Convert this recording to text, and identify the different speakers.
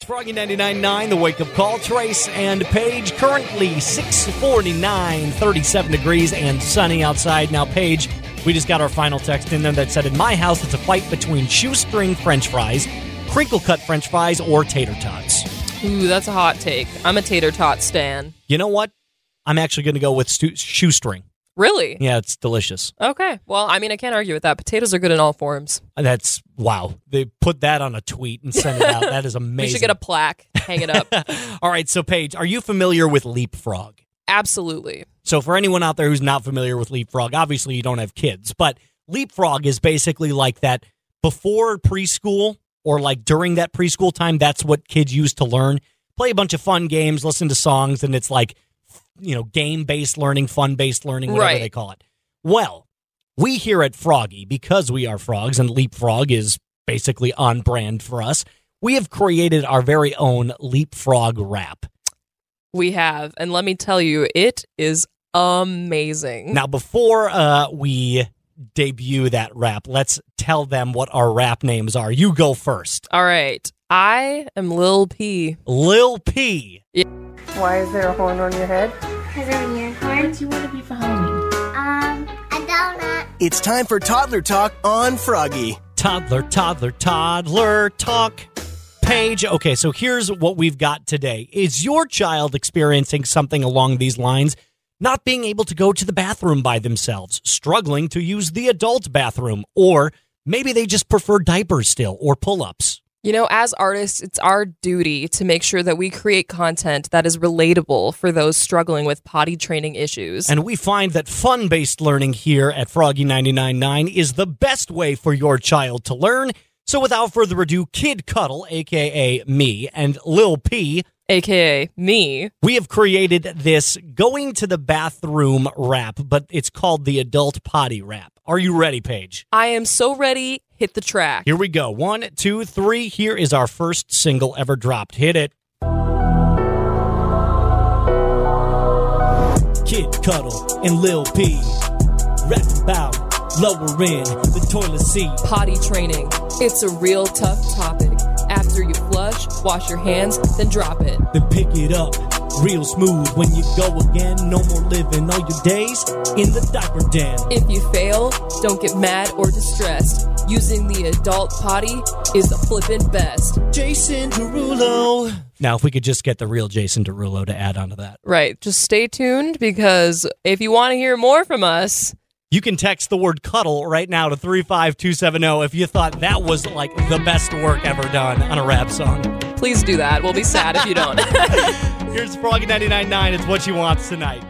Speaker 1: It's Froggy 99.9, the wake up call. Trace and Paige currently 649, 37 degrees and sunny outside. Now, Paige, we just got our final text in there that said, In my house, it's a fight between shoestring french fries, crinkle cut french fries, or tater tots.
Speaker 2: Ooh, that's a hot take. I'm a tater tot stan.
Speaker 1: You know what? I'm actually going to go with stu- shoestring.
Speaker 2: Really?
Speaker 1: Yeah, it's delicious.
Speaker 2: Okay. Well, I mean, I can't argue with that. Potatoes are good in all forms.
Speaker 1: That's wow. They put that on a tweet and sent it out. That is amazing.
Speaker 2: We should get a plaque, hang it up.
Speaker 1: All right, so Paige, are you familiar with leapfrog?
Speaker 2: Absolutely.
Speaker 1: So, for anyone out there who's not familiar with leapfrog, obviously you don't have kids, but leapfrog is basically like that before preschool or like during that preschool time. That's what kids use to learn. Play a bunch of fun games, listen to songs, and it's like, you know, game based learning, fun based learning, whatever
Speaker 2: Right.
Speaker 1: they call it. Well, we here at Froggy, because we are frogs and leapfrog is basically on brand for us, we have created our very own leapfrog rap.
Speaker 2: We have. And let me tell you, it is amazing.
Speaker 1: Now, before uh, we debut that rap, let's tell them what our rap names are. You go first.
Speaker 2: All right. I am Lil P.
Speaker 1: Lil P.
Speaker 3: Why is there a horn on your head?
Speaker 4: Because I'm your
Speaker 5: Where do you want to be for Halloween?
Speaker 4: Um, a donut.
Speaker 6: It's time for Toddler Talk on Froggy.
Speaker 1: Toddler, toddler, toddler, talk. Paige. Okay, so here's what we've got today. Is your child experiencing something along these lines? Not being able to go to the bathroom by themselves, struggling to use the adult bathroom, or maybe they just prefer diapers still or pull ups.
Speaker 2: You know, as artists, it's our duty to make sure that we create content that is relatable for those struggling with potty training issues.
Speaker 1: And we find that fun based learning here at Froggy 99.9 is the best way for your child to learn. So without further ado, Kid Cuddle, aka me, and Lil P,
Speaker 2: AKA me.
Speaker 1: we have created this going to the bathroom rap, but it's called the adult potty rap. Are you ready, Paige?
Speaker 2: I am so ready. Hit the track.
Speaker 1: Here we go. One, two, three. Here is our first single ever dropped. Hit it. Kid Cuddle and Lil P. Rap about lowering the toilet seat.
Speaker 2: potty training. It's a real tough topic. After you flush, wash your hands, then drop it.
Speaker 1: Then pick it up real smooth when you go again. No more living all your days in the diaper den.
Speaker 2: If you fail, don't get mad or distressed. Using the adult potty is the flippin' best.
Speaker 1: Jason Derulo. Now, if we could just get the real Jason Derulo to add onto that.
Speaker 2: Right, just stay tuned because if you want to hear more from us,
Speaker 1: You can text the word cuddle right now to 35270 if you thought that was like the best work ever done on a rap song.
Speaker 2: please do that. We'll be sad if you don't.
Speaker 1: Here's Froggy 99.9. It's what you want tonight.